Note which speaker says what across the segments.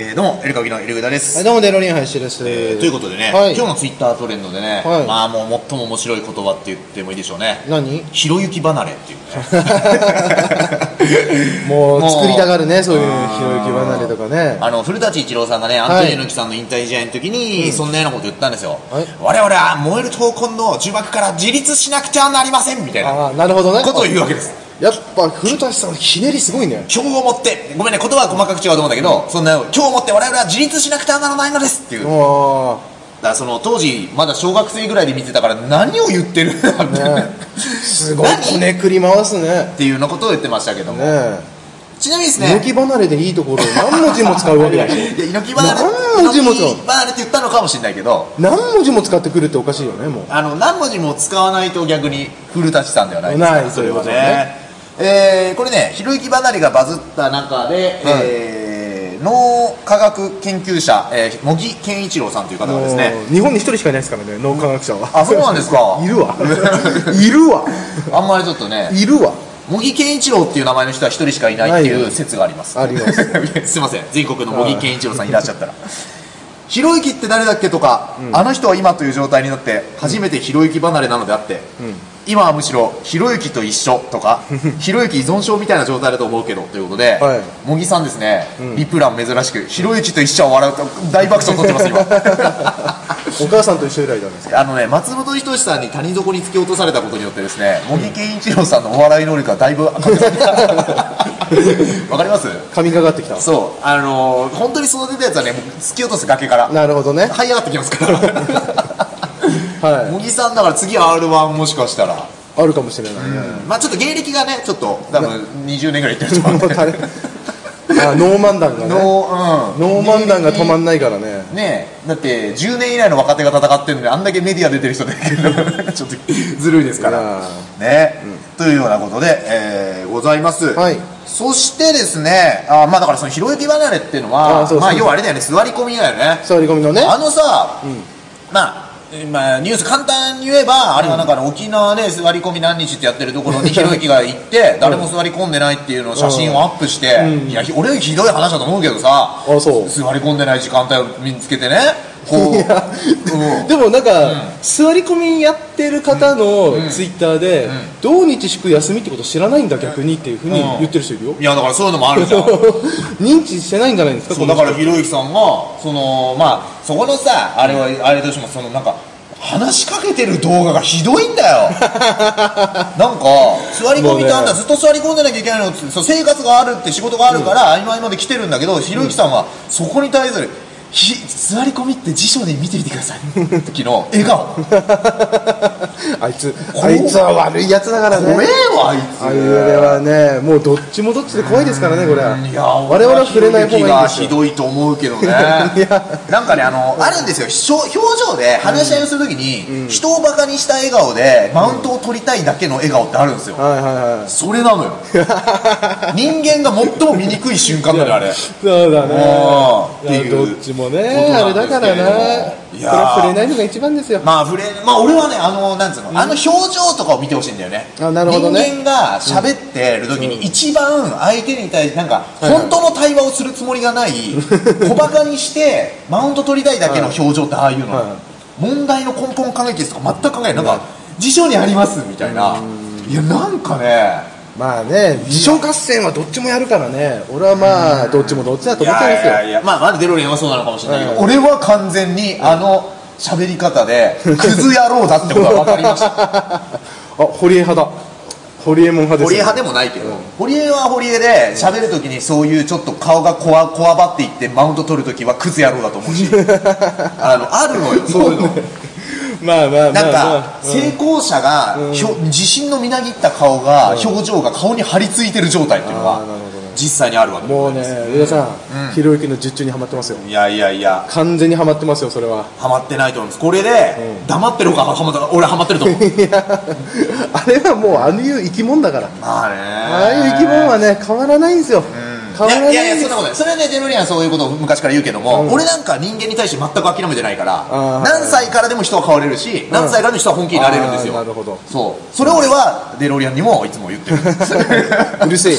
Speaker 1: えー、どうも、エルカギのエルグダです。
Speaker 2: はい、どうも、デロリンハイシです。
Speaker 1: えーということでね、
Speaker 2: はい
Speaker 1: 今日のツイッタートレンドでね、
Speaker 2: はい
Speaker 1: まあもう最も面白い言葉って言ってもいいでしょうね。
Speaker 2: 何
Speaker 1: ひろゆき離れってい うね
Speaker 2: もう
Speaker 1: もう
Speaker 2: 作りたがるね、そういうひろゆき離れとかね。
Speaker 1: あの古舘一郎さんがね、アントニオ猪木さんの引退試合の時に、そんなようなこと言ったんですよ、
Speaker 2: はい
Speaker 1: 我々は燃える闘魂の呪縛から自立しなくちゃなりませんみたいな
Speaker 2: ああ、なるほどね。
Speaker 1: ことを言うわけです、
Speaker 2: やっぱ、古舘さん、ひねりすごいね。
Speaker 1: 今日をもって、ごめんね、言葉は細かく違うと思うんだけど、そんな今日をもって我々は自立しなくてはならないのですっていう、だか
Speaker 2: も
Speaker 1: らその当時、まだ小学生ぐらいで見てたから、何を言ってるんだみ
Speaker 2: う、
Speaker 1: た いな、
Speaker 2: ねすごい、こねくり回すね。
Speaker 1: っていうようなことを言ってましたけども、
Speaker 2: ね
Speaker 1: ちなみにです
Speaker 2: え。抜
Speaker 1: ね、
Speaker 2: き離れでいいところを何文字も使うわけだ し。
Speaker 1: いや猪木離れ
Speaker 2: 何文字も使う
Speaker 1: 猪木離れって言ったのかもしれないけど、
Speaker 2: 何文字も使ってくるっておかしいよね、もう。
Speaker 1: あの何文字も使わないと逆に古舘さんではないです
Speaker 2: ない
Speaker 1: それは
Speaker 2: そういうこと
Speaker 1: ねえーこれねひろゆき離れがバズった中で、
Speaker 2: はい
Speaker 1: えー脳科学研究者、えー、茂木健一郎さんという方がですね
Speaker 2: もう日本に一人しかいないですからね、脳科学者は。
Speaker 1: あそうなんですか
Speaker 2: いるわ。いるわ。
Speaker 1: あんまりちょっとね
Speaker 2: いるわ。
Speaker 1: 茂木健一郎っていう名前の人は一人しかいないって
Speaker 2: ないいうよ
Speaker 1: 説があります
Speaker 2: あります
Speaker 1: すいません全国の茂木健一郎さんいらっしゃったらひろゆきって誰だっけとか、あの人は今という状態になって初めてひろゆき離れなのであって、今はむしろひろゆきと一緒と かひろゆき依存症みたいな状態だと思うけどということで、
Speaker 2: はい
Speaker 1: 茂木さんですね、リプラン珍しくひろゆきと一緒は笑うと大爆笑取ってます 今
Speaker 2: お母さんと一緒以来なんです
Speaker 1: あのね、松本人志さんに谷底に突き落とされたことによってですね、茂木健一郎さんのお笑い能力がだいぶ上がってきた わかります
Speaker 2: 神がかってきた。
Speaker 1: そう、あのー本当に育てたやつはね、もう突き落とす崖から、
Speaker 2: なるほどね。
Speaker 1: 這い上がってきます から。
Speaker 2: はい
Speaker 1: 茂木さんだから次 R1 もしかしたら、
Speaker 2: あるかもしれないね。
Speaker 1: まあちょっと芸歴がね、ちょっと多分20年ぐらいいってると思うん
Speaker 2: もう
Speaker 1: で、
Speaker 2: タレあノーマンダンがね
Speaker 1: ノーうん
Speaker 2: ノーマンダンが止まんないからね
Speaker 1: ねえだって10年以内の若手が戦ってるのにあんだけメディア出てる人だけど ちょっとずるいですからね、というようなことで、えーございます、
Speaker 2: はい
Speaker 1: そしてですねあまあだからそのひろゆき離れっていうのは
Speaker 2: あそうそう
Speaker 1: まあ要はあれだよね座り込みだよね
Speaker 2: 座り込みのね
Speaker 1: あのさ、まあまあ、ニュース簡単に言えばあれはなんかあの沖縄で座り込み何日ってやってるとこ ろにひろゆきが行って誰も座り込んでないっていうのを写真をアップして、いやひ俺よりひどい話だと思うけどさ
Speaker 2: あそう
Speaker 1: 座り込んでない時間帯を見つけてねこう、
Speaker 2: いや
Speaker 1: うん
Speaker 2: でもなんか、座り込みやってる方のツイッターで、土日祝休みってこと知らないんだ逆にっていうふうに言ってる人いるよ、
Speaker 1: いやだからそういうのもあるじゃん
Speaker 2: 認知してないんじゃないですか
Speaker 1: そう
Speaker 2: この
Speaker 1: だ
Speaker 2: 人
Speaker 1: からひろゆきさんがそのまあそこのさあれはあれとしてもそのなんか話しかけてる動画がひどいんだ よなんか座り込みとあんた
Speaker 2: もうね
Speaker 1: ずっと座り込んでなきゃいけないのってそう生活があるって仕事があるから合間合間で来てるんだけどひろゆきさんはそこに対するひ座り込みって辞書で見てみてくだ さいの時の笑顔
Speaker 2: あいつあいつは悪いやつだから
Speaker 1: 怖え
Speaker 2: ね
Speaker 1: わあい
Speaker 2: あれ
Speaker 1: つ
Speaker 2: はねもうどっちもどっちで怖いですからねこれはい
Speaker 1: や
Speaker 2: 我々は触れない方がいいです
Speaker 1: ひ
Speaker 2: よ
Speaker 1: どいと思うけど ねなんかねあのあるんですよしょ表情で話し合いをするときに、人をバカにした笑顔でマウントを取りたいだけの笑顔ってあるんですよ、
Speaker 2: はいはいはい
Speaker 1: それなの よ人間が最も醜い瞬間なのよあれ
Speaker 2: そうだ
Speaker 1: あー
Speaker 2: ねい
Speaker 1: って
Speaker 2: や
Speaker 1: いう
Speaker 2: どっちもねあ
Speaker 1: こと
Speaker 2: れ
Speaker 1: なんです
Speaker 2: だか
Speaker 1: けれど
Speaker 2: ら
Speaker 1: も
Speaker 2: ないそれ
Speaker 1: やー
Speaker 2: は触れないのが一番ですよ
Speaker 1: まあ、触れまあ俺はねあのなんつうの、あの表情とかを見てほしいんだよね
Speaker 2: あなるほどね
Speaker 1: 人間が喋ってる時に一番相手に対してなんか
Speaker 2: はいはい
Speaker 1: 本当の対話をするつもりが ない小バカにしてマウント取りたいだけの表情ってああいうの、
Speaker 2: はい
Speaker 1: 問題の根本考えですとか全く考えないなんか辞書にありますみたいないやなんかね
Speaker 2: まあね、自称合戦はどっちもやるからね、俺はまあ、どっちもどっちだと
Speaker 1: い
Speaker 2: 思って
Speaker 1: や
Speaker 2: ま
Speaker 1: い
Speaker 2: すよ。
Speaker 1: やいやまあまだデロリアンはそうなのかもしれないけど、
Speaker 2: うん
Speaker 1: 俺は完全にあの喋り方 でクズ野郎だってことは分かりました
Speaker 2: あ、堀江派だ。堀江門派です
Speaker 1: 堀江
Speaker 2: よ。
Speaker 1: 派でもないけど、堀江は堀江で喋るときにそういうちょっと顔がこわこわばっていってマウント取るときはクズ野郎だと思う しあのあるのよそういうの
Speaker 2: まあまあまあ、
Speaker 1: なん
Speaker 2: ま
Speaker 1: か
Speaker 2: あ、
Speaker 1: 成功者がひょ自信のみなぎった顔が表情が顔に張り付いてる状態っていうの
Speaker 2: あーなるほど
Speaker 1: は実際にあるわけで
Speaker 2: も
Speaker 1: ご
Speaker 2: う
Speaker 1: ざい
Speaker 2: ね
Speaker 1: ます、
Speaker 2: 上田さん、ひろゆきの術中にはまってますよ。
Speaker 1: いやいやいや
Speaker 2: 完全にはまってますよ、それは。
Speaker 1: ハマってないと思うんですこれで黙ってるかはまった俺はまってると思う
Speaker 2: いや、あれはもう、ああいう生き物だから。
Speaker 1: まあね
Speaker 2: ああいう生き物はね、変わらないんですよ。変わらない
Speaker 1: いやいやそんなことないそれはねデロリアンはそういうことを昔から言うけども、俺なんか人間に対して全く諦めてないから、
Speaker 2: あー
Speaker 1: 何歳からでも人は変われるし、何歳からでも人は本気になれるんですよ
Speaker 2: あーなるほど
Speaker 1: そうそれを俺はデロリアンにもいつも言ってる
Speaker 2: うるせえよ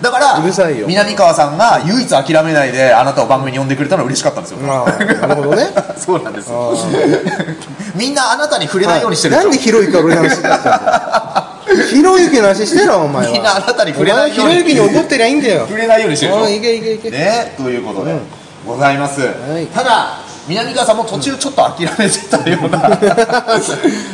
Speaker 1: だから
Speaker 2: うるさいよ
Speaker 1: 南川さんが唯一諦めないであなたを番組に呼んでくれたのは嬉しかったんですよ、
Speaker 2: まあなるほどね
Speaker 1: そうなんですよ
Speaker 2: あ
Speaker 1: みんなあなたに触れないようにしてるで
Speaker 2: な
Speaker 1: しょ
Speaker 2: んでひろゆきから俺の話だったのひろゆきの 話してろお前は
Speaker 1: みんなあなたに触れ
Speaker 2: お
Speaker 1: な
Speaker 2: 前
Speaker 1: いよう
Speaker 2: ひ
Speaker 1: に
Speaker 2: ろゆきに怒ってりゃいいん だよ
Speaker 1: 触れないようにしてるでしょ
Speaker 2: うんいけいけいけ
Speaker 1: ね、ということで、
Speaker 2: うん
Speaker 1: ございます、
Speaker 2: い
Speaker 1: ただ南川さんも途中ちょっと諦めてたよう な、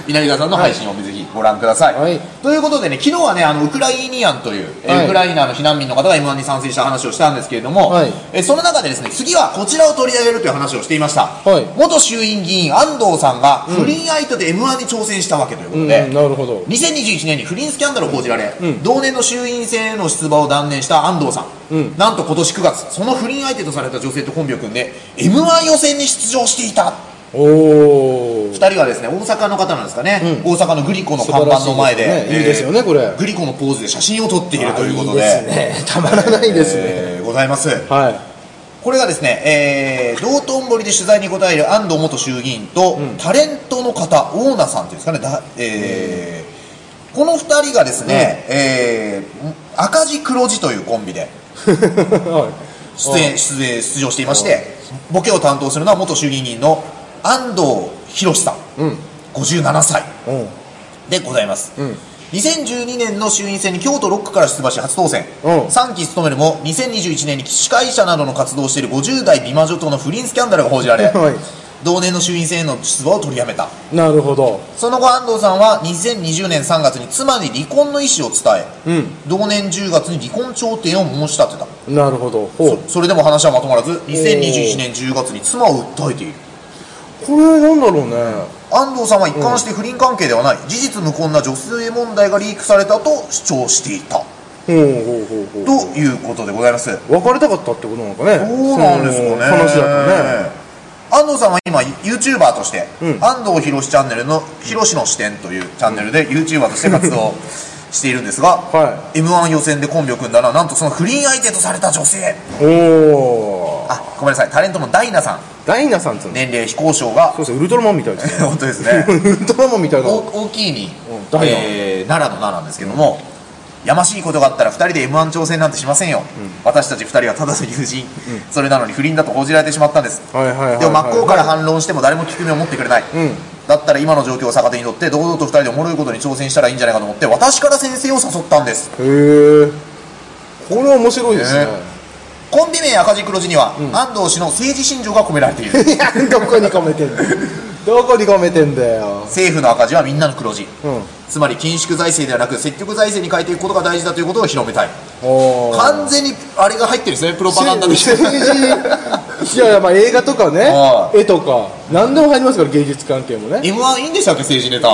Speaker 1: 南川さんの配信をぜひご覧ください、
Speaker 2: はい
Speaker 1: ということでね昨日はねあのウクライニアンという、えー
Speaker 2: はい
Speaker 1: ウクライナの避難民の方が m 1に参戦した話をしたんですけれども、
Speaker 2: はい
Speaker 1: えーその中でですね次はこちらを取り上げるという話をしていました、
Speaker 2: はい
Speaker 1: 元衆院議員安藤さんが不倫相手で m 1に挑戦したわけということ
Speaker 2: うん
Speaker 1: で、
Speaker 2: なるほど
Speaker 1: 2021年に不倫スキャンダルを報じられ、
Speaker 2: ん
Speaker 1: 同年の衆院選への出馬を断念した安藤さん、
Speaker 2: うん
Speaker 1: なんと今年9月その不倫相手とされた女性とコンビを組んで m 1予選に出場していた
Speaker 2: おお
Speaker 1: 2人はですね大阪の方なんですかね、大阪のグリコの
Speaker 2: 素晴
Speaker 1: 看
Speaker 2: ら
Speaker 1: 板
Speaker 2: しい
Speaker 1: の前で
Speaker 2: ですねいいですよねこれ
Speaker 1: グリコのポーズで写真を撮っているということで
Speaker 2: あいいですねたまらないですね
Speaker 1: えーございます
Speaker 2: はい
Speaker 1: これがですね、えー、道頓堀で取材に答える安藤元衆議院と、タレントの方、オーナさんというんですかね、だえーこの2人がですね、えー赤字黒字というコンビで
Speaker 2: はい
Speaker 1: 出演出演出場していまして、ボケを担当するのは元衆議院議員の安藤博さん、
Speaker 2: うん
Speaker 1: 57歳
Speaker 2: うん
Speaker 1: でございます。
Speaker 2: うん
Speaker 1: 2012年の衆院選に京都6区から出馬し初当選、
Speaker 2: うん
Speaker 1: 3期務めるも2021年に司会者などの活動をしている50代美魔女との不倫スキャンダルが報じられ
Speaker 2: はい
Speaker 1: 同年の衆院選への出馬を取りやめた
Speaker 2: なるほど
Speaker 1: その後安藤さんは2020年3月に妻に離婚の意思を伝え、
Speaker 2: うん
Speaker 1: 同年10月に離婚調停を申し立てた
Speaker 2: なるほどほう
Speaker 1: そそれでも話はまとまらず2021年10月に妻を訴えている
Speaker 2: これなんだろうね
Speaker 1: 安藤さんは一貫して不倫関係ではない、事実無根な女性問題がリークされたと主張していた
Speaker 2: ほうほうほうほう
Speaker 1: ということでございます
Speaker 2: 別れたかったってことなのかね
Speaker 1: そうなんですかね
Speaker 2: その話だとね
Speaker 1: 安藤さんは今 YouTuber として、
Speaker 2: うん
Speaker 1: 安藤博チャンネルの「ひろしの視点」というチャンネルで YouTuber として活動しているんですが、
Speaker 2: は
Speaker 1: m 1予選でコンビを組んだらなんとその不倫相手とされた女性
Speaker 2: おお
Speaker 1: あごめんなさいタレントのダイナさん
Speaker 2: ダイナさんっつうの
Speaker 1: 年齢非公表が
Speaker 2: そうですねウルトラマンみたいです ね
Speaker 1: 本当です ね
Speaker 2: ウルトラマンみたいな
Speaker 1: お大きいに、
Speaker 2: うんダイナ
Speaker 1: えー奈良の奈なんですけども、やましいことがあったら2人で m 1挑戦なんてしませんよ、私たち2人はただの友人、それなのに不倫だと報じられてしまったんです、
Speaker 2: はいはいはいはい
Speaker 1: でも真っ向から反論しても誰も聞く目を持ってくれない、
Speaker 2: うん
Speaker 1: だったら今の状況を逆手にとって堂々と2人でおもろいことに挑戦したらいいんじゃないかと思って私から先生を誘ったんです
Speaker 2: へえこれは面白いですね
Speaker 1: ねコンビ名赤字黒字には、安藤氏の政治信条が込められてい る
Speaker 2: いやどこにかめてんだよどこにかめてんだよ
Speaker 1: 政府の赤字はみんなの黒字
Speaker 2: うん
Speaker 1: つまり緊縮財政ではなく積極財政に変えていくことが大事だということを広めたい
Speaker 2: おー
Speaker 1: 完全にあれが入ってるんですねプロパガンダ
Speaker 2: 政
Speaker 1: で
Speaker 2: 治いやいやまあ映画とかね
Speaker 1: は
Speaker 2: 絵とか何でも入りますから芸術関係もね
Speaker 1: m 1いいんでしたっけ政治 ネタ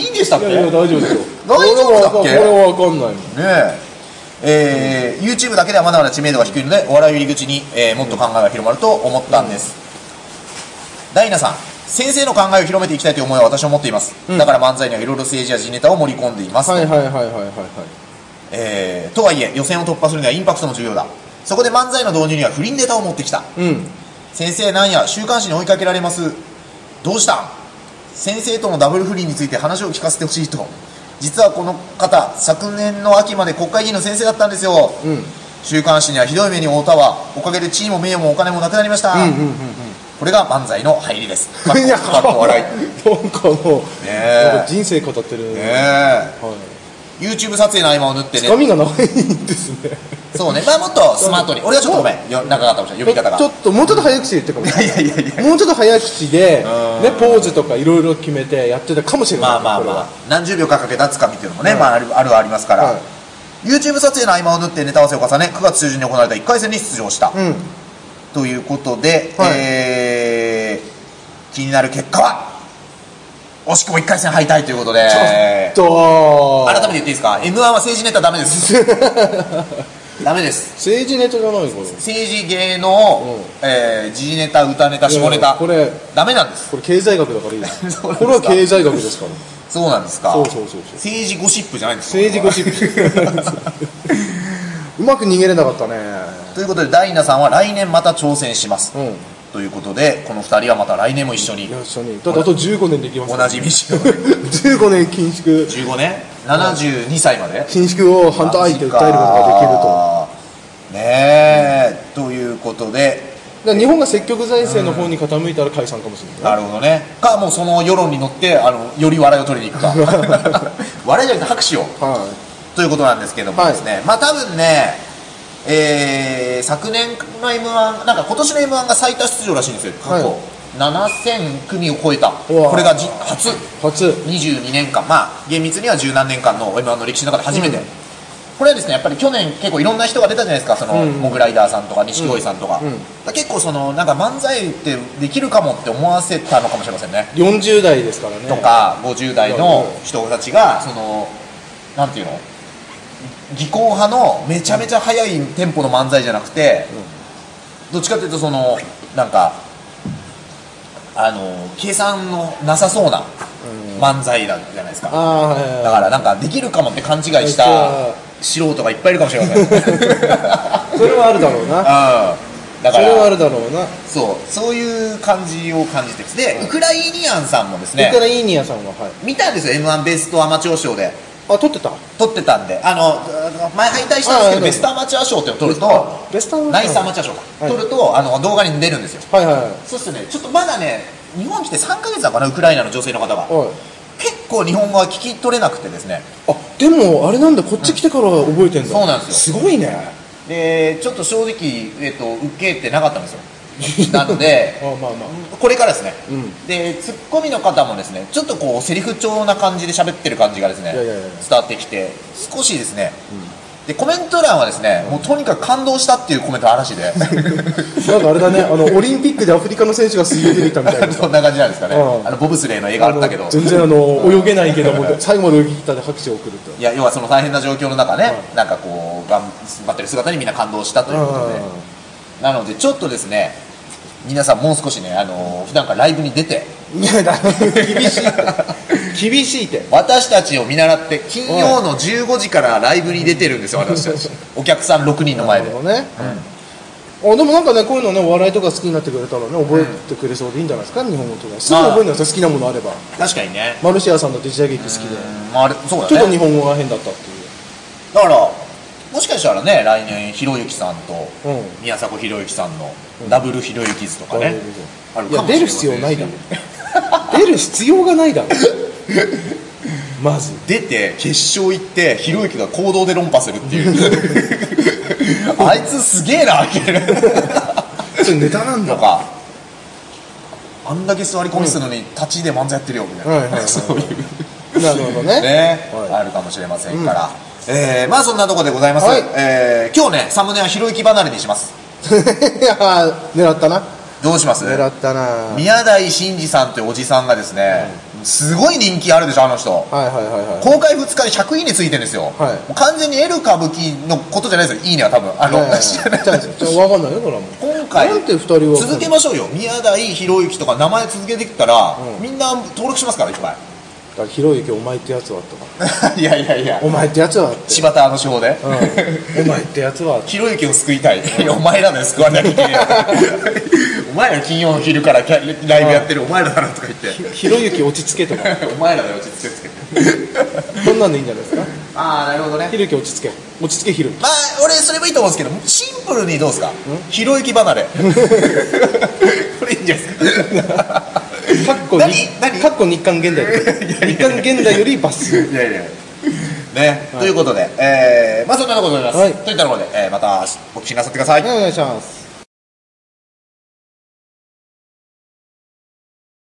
Speaker 1: いいんでしたっ
Speaker 2: い
Speaker 1: け
Speaker 2: やいや
Speaker 1: ね
Speaker 2: 大丈夫ですよ
Speaker 1: 大丈夫だっけ
Speaker 2: これは分かんないもん
Speaker 1: ええー YouTube だけではまだまだ知名度が低いのでお笑いを入り口に、えーもっと考えが広まると思ったんです、ダイナさん先生の考えを広めていきたいという思いは私も持っています、だから漫才にはいろいろ政治や時ネタを盛り込んでいます、
Speaker 2: はいはいはいはいはいはい
Speaker 1: えーとはいえ予選を突破するにはインパクトも重要だそこで漫才の導入には不倫ネタを持ってきた
Speaker 2: うん
Speaker 1: 先生なんや週刊誌に追いかけられますどうしたん先生とのダブル不倫について話を聞かせてほしいと実はこの方昨年の秋まで国会議員の先生だったんですよ、
Speaker 2: うん
Speaker 1: 週刊誌にはひどい目に遭うたわおかげで地位も名誉もお金もなくなりました、
Speaker 2: うんうん
Speaker 1: これが漫才の入りですかっ
Speaker 2: いや
Speaker 1: こかっこ笑いね
Speaker 2: なんかもう、
Speaker 1: え
Speaker 2: なんか人生語ってるね
Speaker 1: え
Speaker 2: はい
Speaker 1: YouTube 撮影の合間を縫って
Speaker 2: つか
Speaker 1: ね
Speaker 2: みが長いんですね
Speaker 1: そうねまあもっとスマートに俺はちょっとごめんよ長かったかもしれない呼び方が
Speaker 2: ちょっともうちょっ と早口で言ってかもしれ
Speaker 1: いやいやいやい
Speaker 2: ないもうちょっと早口で、ね
Speaker 1: うん、
Speaker 2: ポーズとかいろいろ決めてやってたかもしれない
Speaker 1: まあまあ
Speaker 2: これ
Speaker 1: ま
Speaker 2: は
Speaker 1: あ何十秒かかけたつかみっていうのもね、
Speaker 2: はい
Speaker 1: まああるあるはありますから、
Speaker 2: はい
Speaker 1: YouTube 撮影の合間を縫ってネタ合わせを重ね9月中旬に行われた1回戦に出場した、
Speaker 2: うん
Speaker 1: ということで、
Speaker 2: はい
Speaker 1: えー気になる結果は惜しくも1回戦敗退ということで
Speaker 2: ちょっと
Speaker 1: 改めて言っていいですか m 1は政治ネタダメです ダメです
Speaker 2: 政治ネタじゃないこれ
Speaker 1: 政治芸能、えー時事ネタ歌ネタ下ネ
Speaker 2: いや
Speaker 1: タ
Speaker 2: これ
Speaker 1: ダメなんです
Speaker 2: これ経済学だからいいで す
Speaker 1: そうなんですか
Speaker 2: これは経済学ですから
Speaker 1: そうなんですか
Speaker 2: そうそうそうそう
Speaker 1: 政治ゴシップじゃないんですか
Speaker 2: 政治ゴシップ
Speaker 1: これは
Speaker 2: うまく逃げれなかったね
Speaker 1: ということでダイナさんは来年また挑戦します、
Speaker 2: うん
Speaker 1: ということでこの2人はまた来年も一緒に
Speaker 2: いや一緒にだってあと15年できます
Speaker 1: 同 じ道を
Speaker 2: 15年禁縮
Speaker 1: 15年72歳まで
Speaker 2: 禁縮を反対相手訴えることができると
Speaker 1: とねえ、ということで
Speaker 2: だから日本が積極財政の方に傾いたら解散かもしれない、
Speaker 1: なるほどねかもうその世論に乗ってあのより笑いを取りに 行くか笑いじゃなくて拍手を
Speaker 2: は
Speaker 1: ということなんですけども
Speaker 2: はい
Speaker 1: ですね、まあ多分ね、えー昨年の m 1なんか今年の m 1が最多出場らしいんですよ過去、
Speaker 2: はい
Speaker 1: 7000組を超えた
Speaker 2: うわ
Speaker 1: これがじ初
Speaker 2: い、初
Speaker 1: 22年間まあ厳密には十何年間の m 1の歴史の中で初めて、
Speaker 2: うん
Speaker 1: これはですねやっぱり去年結構いろんな人が出たじゃないですかその、
Speaker 2: うん
Speaker 1: モグライダーさんとか錦鯉さんとか,、
Speaker 2: うんうん
Speaker 1: だから結構そのなんか漫才ってできるかもって思わせたのかもしれませんね
Speaker 2: 40代ですからね
Speaker 1: とか50代の人たちがそのなんていうの技巧派のめちゃめちゃ速いテンポの漫才じゃなくてどっちかっていうとそのなんかあの計算のなさそうな漫才だじゃないですか
Speaker 2: ああーはいはいはい
Speaker 1: だからなんかできるかもって勘違いした素人がいっぱいいるかもしれません うん
Speaker 2: それはあるだろうな
Speaker 1: だ
Speaker 2: そ
Speaker 1: か
Speaker 2: れはあ
Speaker 1: ら
Speaker 2: るだろうな
Speaker 1: そうそういう感じを感じてますでウクライニアンさんもですね
Speaker 2: それからイーニアさんははい
Speaker 1: 見たんですよ m 1ベストアマチュア賞で
Speaker 2: あ取ってた
Speaker 1: 撮ってたんであの前敗退したんですけ
Speaker 2: あ
Speaker 1: どベストアマチュア賞っていうのを撮ると
Speaker 2: ベストアマチュア
Speaker 1: ナイスアマチュア賞か
Speaker 2: はい
Speaker 1: 撮るとあの動画に出るんですよ
Speaker 2: はいはいはい
Speaker 1: そうするとねちょっとまだね日本来て3ヶ月だかなウクライナの女性の方が
Speaker 2: おい
Speaker 1: 結構日本語は聞き取れなくてですね
Speaker 2: あでもあれなんだこっち来てから覚えてんだ
Speaker 1: そうなんです
Speaker 2: よすごいね
Speaker 1: でちょっと正直、えっと受けてなかったんです よなので
Speaker 2: あまあまあ
Speaker 1: これからですね、
Speaker 2: うん
Speaker 1: でツッコミの方もですねちょっとこうセリフ調な感じで喋ってる感じがですね
Speaker 2: いやいやいや
Speaker 1: 伝わってきて少しですね、でコメント欄はですね、もうとにかく感動したっていうコメント嵐 で
Speaker 2: なんかあれだねあのオリンピックでアフリカの選手が水泳出てきたみたいな
Speaker 1: そんな感じなんですかね、
Speaker 2: うん
Speaker 1: あのボブスレーの映画あったけど
Speaker 2: あの全然あの泳げないけども最後まで泳ぎ切ったんで拍手を送ると
Speaker 1: いや要はその大変な状況の中ね、なんかこう頑張ってる姿にみんな感動したということで、なのでちょっとですね皆さんもう少しねあの普段からライブに出て
Speaker 2: うんいやだ厳しいって厳しいって
Speaker 1: 私たちを見習って金曜の15時からライブに出てるんですよ私たちお客さん6人の前で
Speaker 2: なるほどね、あでもなんかねこういうのねお笑いとか好きになってくれたらね覚えてくれそうでいいんじゃないですか、日本語とかすぐ覚えるのさ好きなものあれば
Speaker 1: 確かにね
Speaker 2: マルシアさんのデジタル劇好きで、
Speaker 1: うんまああれそう
Speaker 2: ちょっ
Speaker 1: だ
Speaker 2: と
Speaker 1: ね
Speaker 2: 日本語が変だったって
Speaker 1: だからもしかしたらね来年ひろゆきさんと
Speaker 2: いう、うん、
Speaker 1: 宮迫ひろゆきさんのダブルひろゆき図とかね、ある
Speaker 2: いや
Speaker 1: かもしれ
Speaker 2: 出
Speaker 1: ませ
Speaker 2: る
Speaker 1: んし
Speaker 2: 必要ないだろ出る必要がないだろ まず
Speaker 1: 出て決勝行ってひろゆきが行動で論破するっていう あいつすげえなみたいな
Speaker 2: それネタなんだ
Speaker 1: とかあんだけ座り込みするのに立ちで漫才やってるよみたいな、
Speaker 2: はいはいはい
Speaker 1: そういう
Speaker 2: なるほど ね
Speaker 1: ね、
Speaker 2: はい
Speaker 1: あるかもしれませんから、えーまあそんなとこでございます、
Speaker 2: はい
Speaker 1: えー今日ねサムネはひろゆき離れにします
Speaker 2: いやー狙ったな
Speaker 1: どうします
Speaker 2: 狙ったなはい
Speaker 1: 宮台真司さんというおじさんがですね、すごい人気あるでしょあの人
Speaker 2: はいはいはい
Speaker 1: 公開2日で100いいねついてるんですよ、
Speaker 2: はい
Speaker 1: もう完全に L 歌舞伎のことじゃないですよいいねは多分あの、
Speaker 2: はいはいはい
Speaker 1: 知らない
Speaker 2: ちゃうちゃうちゃうわかんないよこれはもう
Speaker 1: 今回
Speaker 2: なんて二人は
Speaker 1: 続けましょうよ宮台ひろゆきとか名前続けてきたら、
Speaker 2: うん
Speaker 1: みんな登録しますからいっぱ
Speaker 2: だからひろゆきお前ってやつはとか
Speaker 1: い いやいやいや
Speaker 2: お前ってやつはって
Speaker 1: 柴田あの手法で、
Speaker 2: うん、お前ってやつは
Speaker 1: ひろゆきを救いたい いやお前らの救わなきゃいけない お前ら金曜の昼からキャライブやってるお前らだなとか言って
Speaker 2: ひろゆき落ち着けとか
Speaker 1: お前らだよ落ち着けつけて
Speaker 2: そんなんでいいんじゃないですか
Speaker 1: ああなるほどね
Speaker 2: ひろゆき落ち着け落ち着けひろゆき
Speaker 1: まあ俺それもいいと思うんですけどシンプルにどうですかひろゆき 離れこれいいんじゃないですか
Speaker 2: かっこ
Speaker 1: 何
Speaker 2: 日
Speaker 1: 何
Speaker 2: かっこ日韓現代日韓現代よりバス
Speaker 1: いやいやね、ということで、えー、まあそんなところでございます、
Speaker 2: は
Speaker 1: といったところで、えー、またお聞きなさってください、
Speaker 2: お願いします